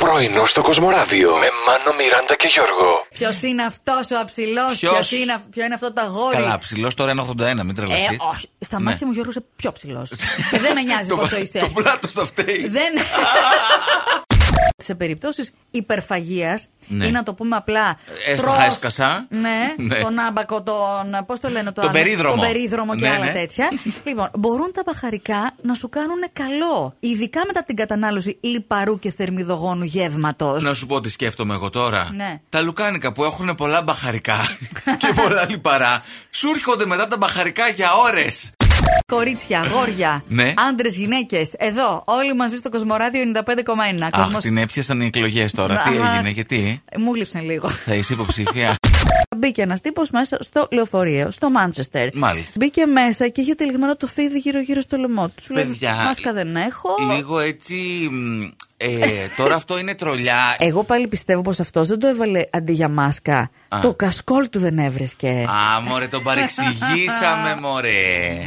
Πρωινό στο Κοσμοράδιο με Μάνο, Μιράντα και Γιώργο. Ποιος είναι αυτός ο αψηλός, Ποιος? ποιος είναι, ποιο είναι αυτό το αγόρι. Καλά, ψηλό τώρα είναι 81, μην ε, τρελαθεί. όχι. Στα Ναι. μάτια μου, Γιώργο, είσαι πιο ψηλός. δεν με νοιάζει πόσο είσαι. Το πλάτος θα φταίει. Δεν. σε περιπτώσεις υπερφαγίας Ναι. ή να το πούμε απλά. Ε, έστω τρως, χάσκασα. Ναι, Ναι. τον άμπακο, τον. Πώς το λένε, το Τον άλλο, περίδρομο. Τον περίδρομο και Ναι, άλλα ναι. τέτοια. λοιπόν, μπορούν τα μπαχαρικά να σου κάνουν καλό. Ειδικά μετά την κατανάλωση λιπαρού και θερμιδογόνου γεύματος. Να σου πω τι σκέφτομαι εγώ τώρα. Ναι. Τα λουκάνικα που έχουν πολλά μπαχαρικά και πολλά λιπαρά, σου έρχονται μετά τα μπαχαρικά για ώρες. Κορίτσια, αγόρια, Ναι. άντρες, γυναίκες. Εδώ, όλοι μαζί στο Κοσμοράδιο 95,1. Αχ, Κοσμος- την έπιασαν οι εκλογές τώρα. Τι Αχ. έγινε, γιατί. Μου λείψε λίγο. Θα είσαι υποψήφια. Μπήκε ένας τύπος μέσα στο λεωφορείο, στο Μάντσεστερ. Μάλιστα. Μπήκε μέσα και είχε τελιγμένο το φίδι γύρω-γύρω στο λαιμό του. Σου λέει, Παιδιά, ε, Μάσκα δεν έχω. Λίγο έτσι. μ, Ε, τώρα αυτό είναι τρολιά. Εγώ πάλι πιστεύω πως αυτός δεν το έβαλε αντί για μάσκα. Α. Το κασκόλ του δεν έβρισκε. Α, μωρέ, τον παρεξηγήσαμε, μωρέ.